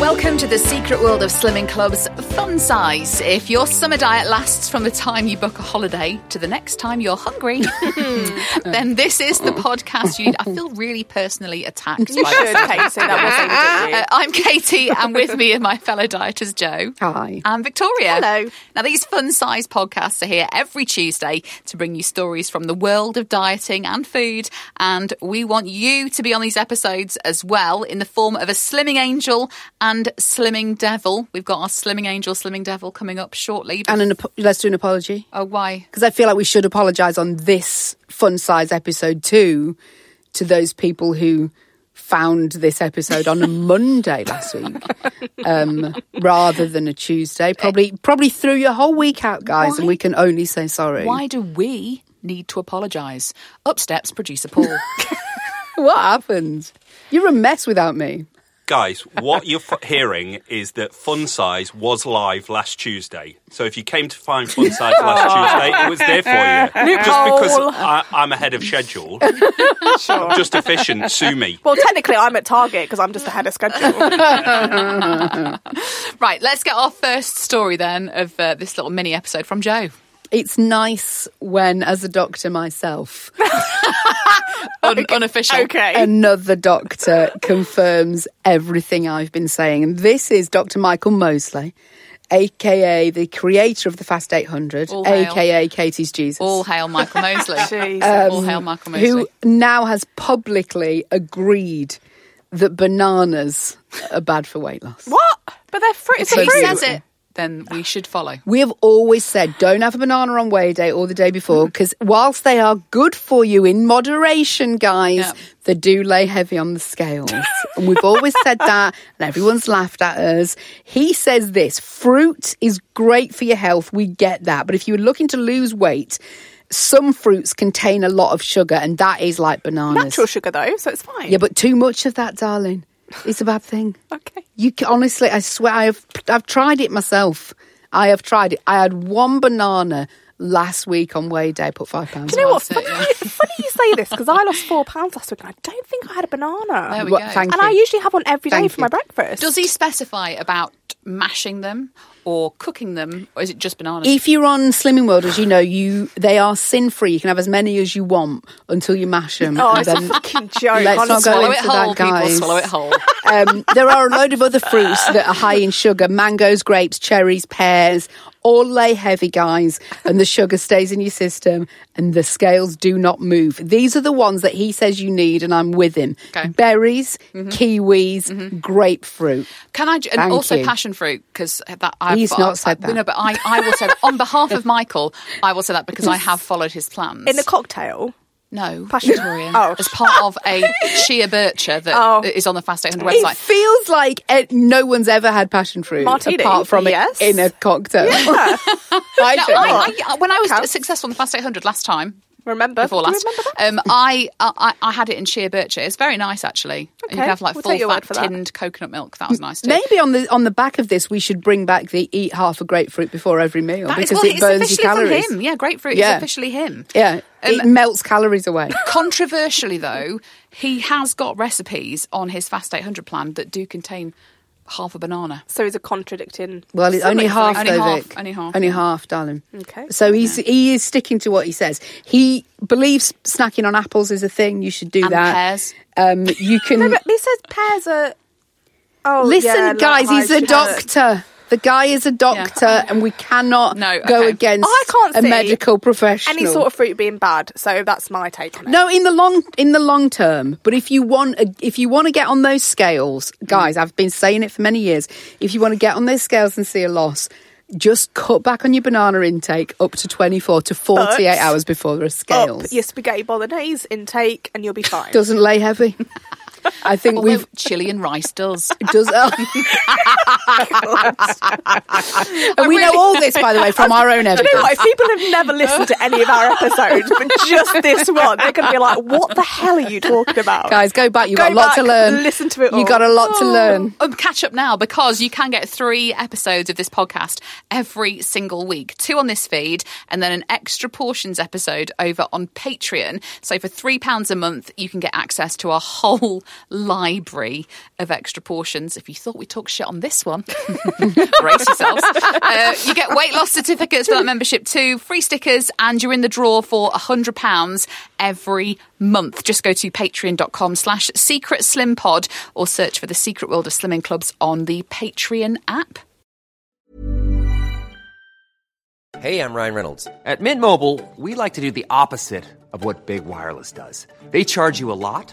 Welcome to the secret world of Slimming Club's fun size. If your summer diet lasts from the time you book a holiday to the next time you're hungry, then this is the podcast you need. I feel really personally attacked by this. Kate, so that was Uh, I'm Katie, and with me are my fellow dieters Joe. Hi. And Victoria. Hello. Now, these fun size podcasts are here every Tuesday to bring you stories from the world of dieting and food. And we want you to be on these episodes as well in the form of a slimming angel and slimming devil. We've got our slimming angel, slimming devil coming up shortly. And an, apo- let's do an apology. oh, why? Because I feel like we should apologise on this fun size episode too to those people who found this episode on a Monday last week um, rather than a Tuesday. Probably probably threw your whole week out, guys, and Why- we can only say sorry. Why do we need to apologise? Up steps producer Paul. What happened? You're a mess without me. Guys, what you're f- hearing is that Fun Size was live last Tuesday. So if you came to find Fun Size last Tuesday, it was there for you. Just because I, I'm ahead of schedule, I'm just efficient, sue me. Well, technically, I'm at Target because I'm just ahead of schedule. right, let's get our first story then of uh, this little mini episode from Joe. It's nice when, as a doctor myself, Un- Unofficial. okay. another doctor confirms everything I've been saying. And this is Dr. Michael Mosley, aka the creator of the Fast 800, All hail. aka Katie's Jesus. All hail Michael Mosley. Jeez. All hail Michael Mosley. Um, who now has publicly agreed that bananas are bad for weight loss. what? But they're if fruit. It's he a fruit. says it, then we should follow. We have always said don't have a banana on weigh day or the day before because whilst they are good for you in moderation, guys, Yeah. they do lay heavy on the scales. and we've always said that, and everyone's laughed at us. He says this fruit is great for your health. We get that. But if you're looking to lose weight, some fruits contain a lot of sugar, and that is like bananas. Natural sugar, though, so it's fine. Yeah, but too much of that, darling, is a bad thing. Okay. You ca- honestly, I swear, I have I've tried it myself. I have tried it. I had one banana last week on weigh day. I Put five pounds. Do you know what? That's it, Funny, funny you say this because I lost four pounds last week and I don't think I had a There banana. we What- go. thank And I you. usually have one every day Thank for my you. breakfast. Does he specify about mashing them or cooking them, or is it just bananas? If you're on Slimming World, as you know, you they are sin free. You can have as many as you want until you mash them. Oh, it's a fucking joke. Let's not go swallow into it whole, that, guys. people. Swallow it whole. um, there are a load of other fruits that are high in sugar mangoes, grapes, cherries, pears. All lay heavy, guys, and the sugar stays in your system and the scales do not move. These are the ones that he says you need, and I'm with him. Okay. Mm-hmm. Berries, kiwis, grapefruit. Can I? j- And Thank also you. passion fruit because that I've He's got- not said that. No, but I, I will say that. on behalf of Michael. I will say that because I have followed his plans. in a cocktail? no, Passion- Victoria, Oh. as part of a chia bircher that Oh. is on the Fast 800 It website. feels like eh, no one's ever had passion fruit Martini, apart from yes. it in a cocktail. Yeah. I Now, don't know. I, I, uh, when I was Counts. successful in the Fast 800 last time, remember? before Do you last. remember that? Um, I, I I had it in sheer bircher. It's very nice actually. And you Okay, can have like we'll take full your fat word for that. tinned coconut milk. That was nice too. Maybe on the on the back of this, we should bring back the eat half a grapefruit before every meal That is- because well, it it's burns your officially from calories. him. Yeah, grapefruit Yeah. is officially him. Yeah, it Um, melts calories away. Controversially though, he has got recipes on his Fast 800 plan that do contain half a banana. So he's a contradicting. Well, it's only something half like- Only though, half, Vic. only half. Only half, darling. Okay. So he's he is sticking to what he says. He believes snacking on apples is a thing. You should do And that. pears. Um, you can No, but he says pears are. Oh, listen, yeah, like guys. high He's a sugar. doctor. The guy is a doctor, and we cannot No, go okay. Oh, against I can't a see medical professional. Any sort of fruit being bad. So that's my take on it. No, in the long in the long term. But if you want a, if you want to get on those scales, guys, I've been saying it for many years. If you want to get on those scales and see a loss, just cut back on your banana intake up to 24 to 48 But- hours before the Up scales. your spaghetti bolognese intake, and you'll be fine. Doesn't lay heavy. I think Although we've chili and rice does. does oh. and we know all this by the way from our own Do you know evidence. what? If people have never listened to any of our episodes, but just this one, they're going to be like, "What the hell are you talking about, Guys, go back. You've got Go a lot to back, learn. listen to it you got a all. lot to learn. Um, catch up now because you can get three episodes of this podcast every single week two on this feed and then an extra portions episode over on patreon so for three pounds a month you can get access to our whole library of extra portions if you thought we talked shit on this one brace yourselves Uh, you get weight loss certificates for that membership too free stickers and you're in the draw for a hundred pounds every month just go to patreon.com slash secret slim pod or search for the secret world of slimming clubs on the patreon app Hey, I'm Ryan Reynolds. At Mint Mobile, we like to do the opposite of what Big Wireless does. They charge you a lot,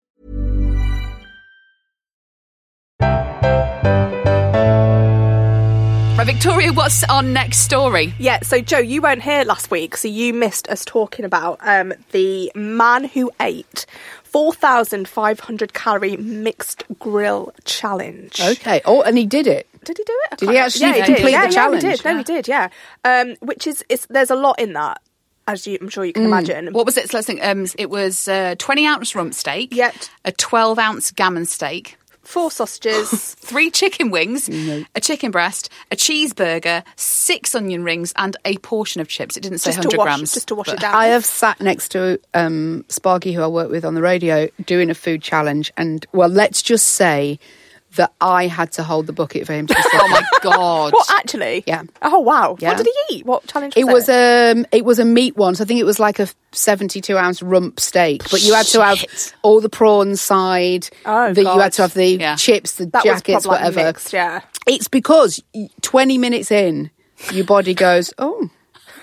right victoria what's our next story Yeah, so Joe, you weren't here last week, so you missed us talking about um, the man who ate 4,500 calorie mixed grill challenge. Okay. Oh, and he did it. Did he do it? I Did can't- he actually yeah, complete did. the yeah, challenge? Yeah, he did. No, he did, yeah. Um, which is, it's, there's a lot in that, as you, I'm sure Mm. you can imagine. what was it let's think um, it was a 20 ounce rump steak Yep. a 12 ounce gammon steak Four sausages. three chicken wings, a chicken breast, a cheeseburger, six onion rings, and a portion of chips. It didn't say Just 100 to, wash, grams. just to wash but- it down. I have sat next to um, Sparky, who I work with on the radio, doing a food challenge, and well, let's just say that I had to hold the bucket for him. To Oh my God. What, actually? Yeah. Oh, wow. Yeah. What did he eat? What challenge was it was um, it was a meat one, so I think it was like a seventy-two ounce rump steak, but you had to have all the prawn side. Oh, the, you had God. to have the Yeah. chips, the That was jackets, probably whatever. mixed, yeah. It's because y- twenty minutes in, your body goes, oh.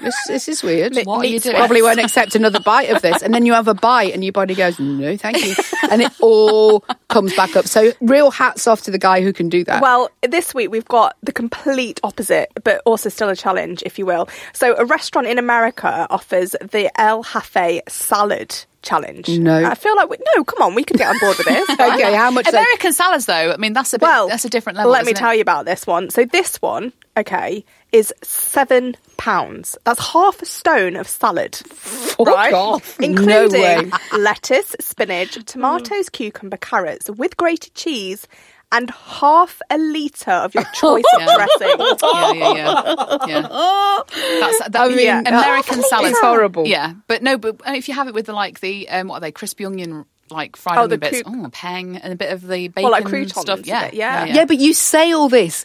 This, this is weird. What are you doing? Probably won't accept another bite of this. And then you have a bite and your body goes, no, thank you. And it all comes back up. So, real hats off to the guy who can do that. Well, this week we've got the complete opposite, but also still a challenge, if you will. So, a restaurant in America offers the El Jefe salad challenge. No. I feel like we, no. Come on, we could get on board with this. okay, how much? then? American salads, though, I mean, that's a bit, well, that's a different level. Let me isn't it? tell you about this one. So, this one, okay, is seven pounds. That's half a stone of salad, Oh, right? off. No way. Including lettuce, spinach, tomatoes, cucumber, carrots with grated cheese and half a litre of your choice of dressing. yeah, yeah, yeah. yeah. That's that, Oh, I mean, yeah, American it's salad. horrible. Yeah, but no, but if you have it with the like the um, what are they crispy onion like fried Oh, onion the bits, croup- oh, pang, and a bit of the bacon Well, like croutons stuff. and Yeah, bit, yeah. Yeah, but you say all this.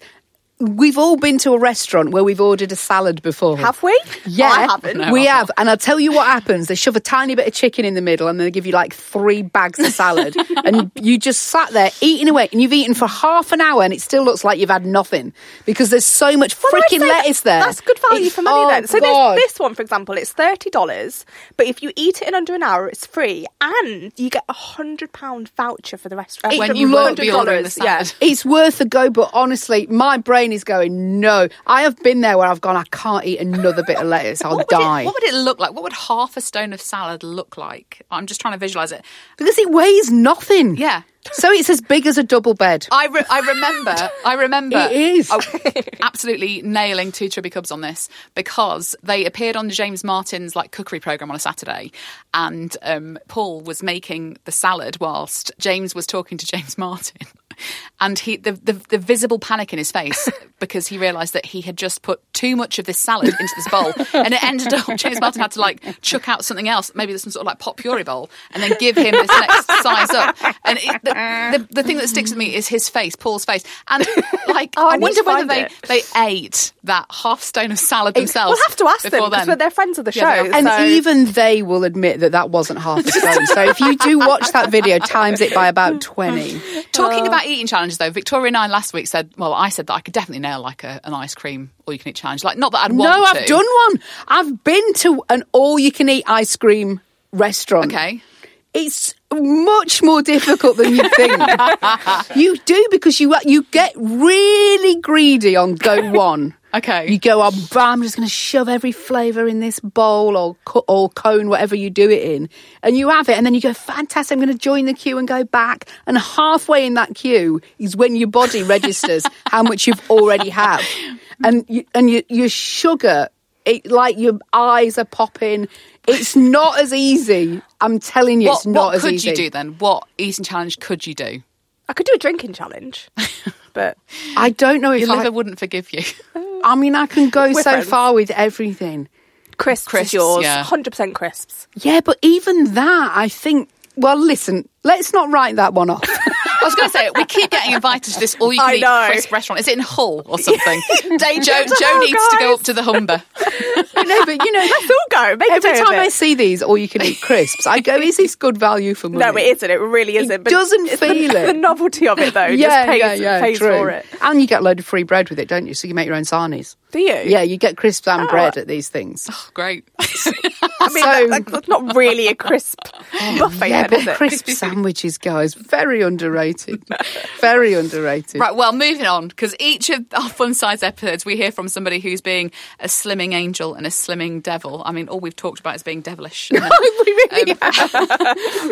We've all been to a restaurant where we've ordered a salad before. Have we? Yeah, I haven't. We have, and I'll tell you what happens. They shove a tiny bit of chicken in the middle, and they give you like three bags of salad, and you just sat there eating away, and you've eaten for half an hour, and it still looks like you've had nothing because there's so much Well, I'd freaking say that- lettuce there. That's good value It's- for money oh, then. So God. there's this one, for example, it's thirty dollars, but if you eat it in under an hour, it's free, and you get a hundred pound voucher for the restaurant. It- when you won't be $100, ordering the yeah. salad. It's worth a go, but honestly, my brain is going no. I have been there where I've gone. I can't eat another bit of lettuce. I'll What would, die. it, what would it look like? What would half a stone of salad look like? I'm just trying to visualize it. Because it weighs nothing. Yeah. Oh, So it's as big as a double bed. I, re- I remember, I remember It is. absolutely nailing two chubby cubs on this because they appeared on James Martin's like cookery program on a Saturday, and um, Paul was making the salad whilst James was talking to James Martin, and he the the, the visible panic in his face because he realised that he had just put too much of this salad into this bowl, and it ended up James Martin had to like chuck out something else, maybe some sort of like pot puree bowl, and then give him this next size up. And it, the, the the thing that sticks with me is his face, Paul's face, and like Oh, I I need wonder to whether find they it. they ate that half stone of salad themselves. We'll have to ask them before because then. we're- they're friends of the Yeah, show. they are. And so- even they will admit that that wasn't half a stone. so if you do watch that video, times it by about 20. Oh. Talking about eating challenges, though, Victoria and I last week said, well, I said that I could definitely nail like a, an ice cream or you can eat challenge. Like, not that I'd want no, to. I've done one. I've been to an all you can eat ice cream restaurant. Okay. It's much more difficult than you think. you do because you you get really greedy on go one. Okay. You go, oh, bah, I'm just going to shove every flavour in this bowl or, co- or cone, whatever you do it in. And you have it. And then you go, fantastic, I'm going to join the queue and go back. And halfway in that queue is when your body registers how much you've already had. And, you, and your, your sugar, it, like your eyes are popping. It's not as easy. I'm telling you, What, it's not what as could easy. you do then? What eating challenge could you do? I could do a drinking challenge, but I don't know if Your I, liver wouldn't forgive you. I mean, I can go We're so friends. far with everything. crisps, Crisps, is yours, yeah. hundred percent crisps. Yeah, but even that, I think. Well, listen, let's not write that one off. I was going to say, we keep getting invited to this all you I can eat know. crisp restaurant. Is it in Hull or something? Day Joe, to Joe Hull, needs to go guys. up to the Humber. no, but you know, Let's all go. Make a every day of time I it. see these, all you can eat crisps, I go, is this good value for money? No, it isn't. It really isn't. but doesn't it's the- feel it. The novelty of it, though, Yeah, just pays, yeah, yeah, pays true. for it. And you get a load of free bread with it, don't you? So you make your own sarnies. Do you? Oh. Yeah, you get crisps and bread at these things. Oh, Great. I mean, So- Oh, that, that- that's not really a crisp buffet, yeah, then, is but it? crisp sandwiches, guys, very underrated. very underrated. Right, well, moving on, because each of our fun size episodes, we hear from somebody who's being a slimming angel and a slimming devil. I mean, all we've talked about is being devilish. we really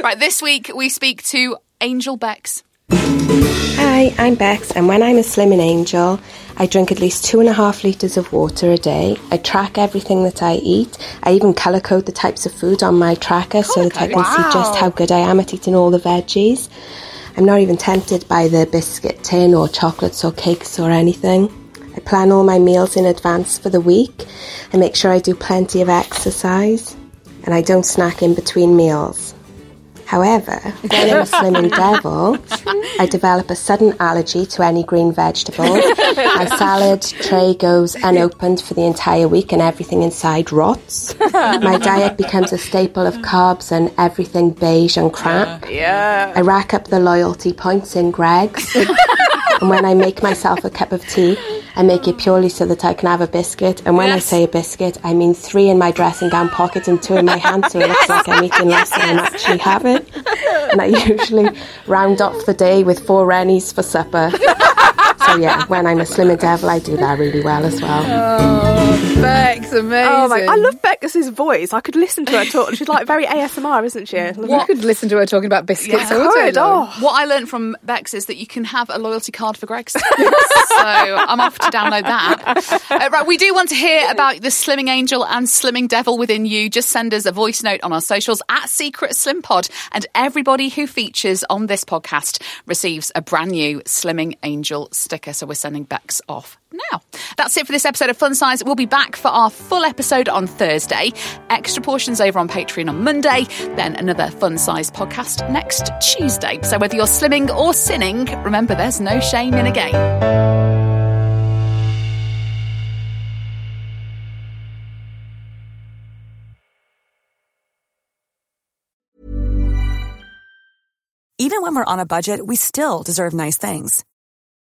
Right, this week we speak to Angel Bex. Hi, I'm Bex, and when I'm a slimming angel, I drink at least two and a half litres of water a day. I track everything that I eat. I even colour code the types of food on my tracker so that I can see just how good I am at eating all the veggies. I'm not even tempted by the biscuit tin or chocolates or cakes or anything. I plan all my meals in advance for the week. I make sure I do plenty of exercise, and I don't snack in between meals. However, when I'm a slimming devil, I develop a sudden allergy to any green vegetable. My salad tray goes unopened for the entire week and everything inside rots. My diet becomes a staple of carbs and everything beige and crap. Yeah. I rack up the loyalty points in Greg's. and when I make myself a cup of tea, I make it purely so that I can have a biscuit. And when I say a biscuit, I mean three in my dressing gown pocket and two in my hand, so it looks like I'm eating less than I'm actually having. And I usually round off the day with four Rennies for supper. So so yeah, when I'm a slimmer devil, I do that really well as well. Bex, amazing. Oh my! I love Beckus's voice. I could listen to her talk. She's like very ASMR, isn't she? Love You it. could listen to her talking about biscuits. Yeah. all day Could, long. oh. What I learned from Bex is that you can have a loyalty card for Greg's. so I'm off to download that. Uh, right, we do want to hear about the slimming angel and slimming devil within you. Just send us a voice note on our socials at Secret Slim Pod, and everybody who features on this podcast receives a brand new slimming angel sticker. So we're sending Bex off now. That's it for this episode of Fun Size. We'll be back for our full episode on Thursday, extra portions over on Patreon on Monday, then another Fun Size podcast next Tuesday. So whether you're slimming or sinning, remember there's no shame in a game. even when we're on a budget, we still deserve nice things.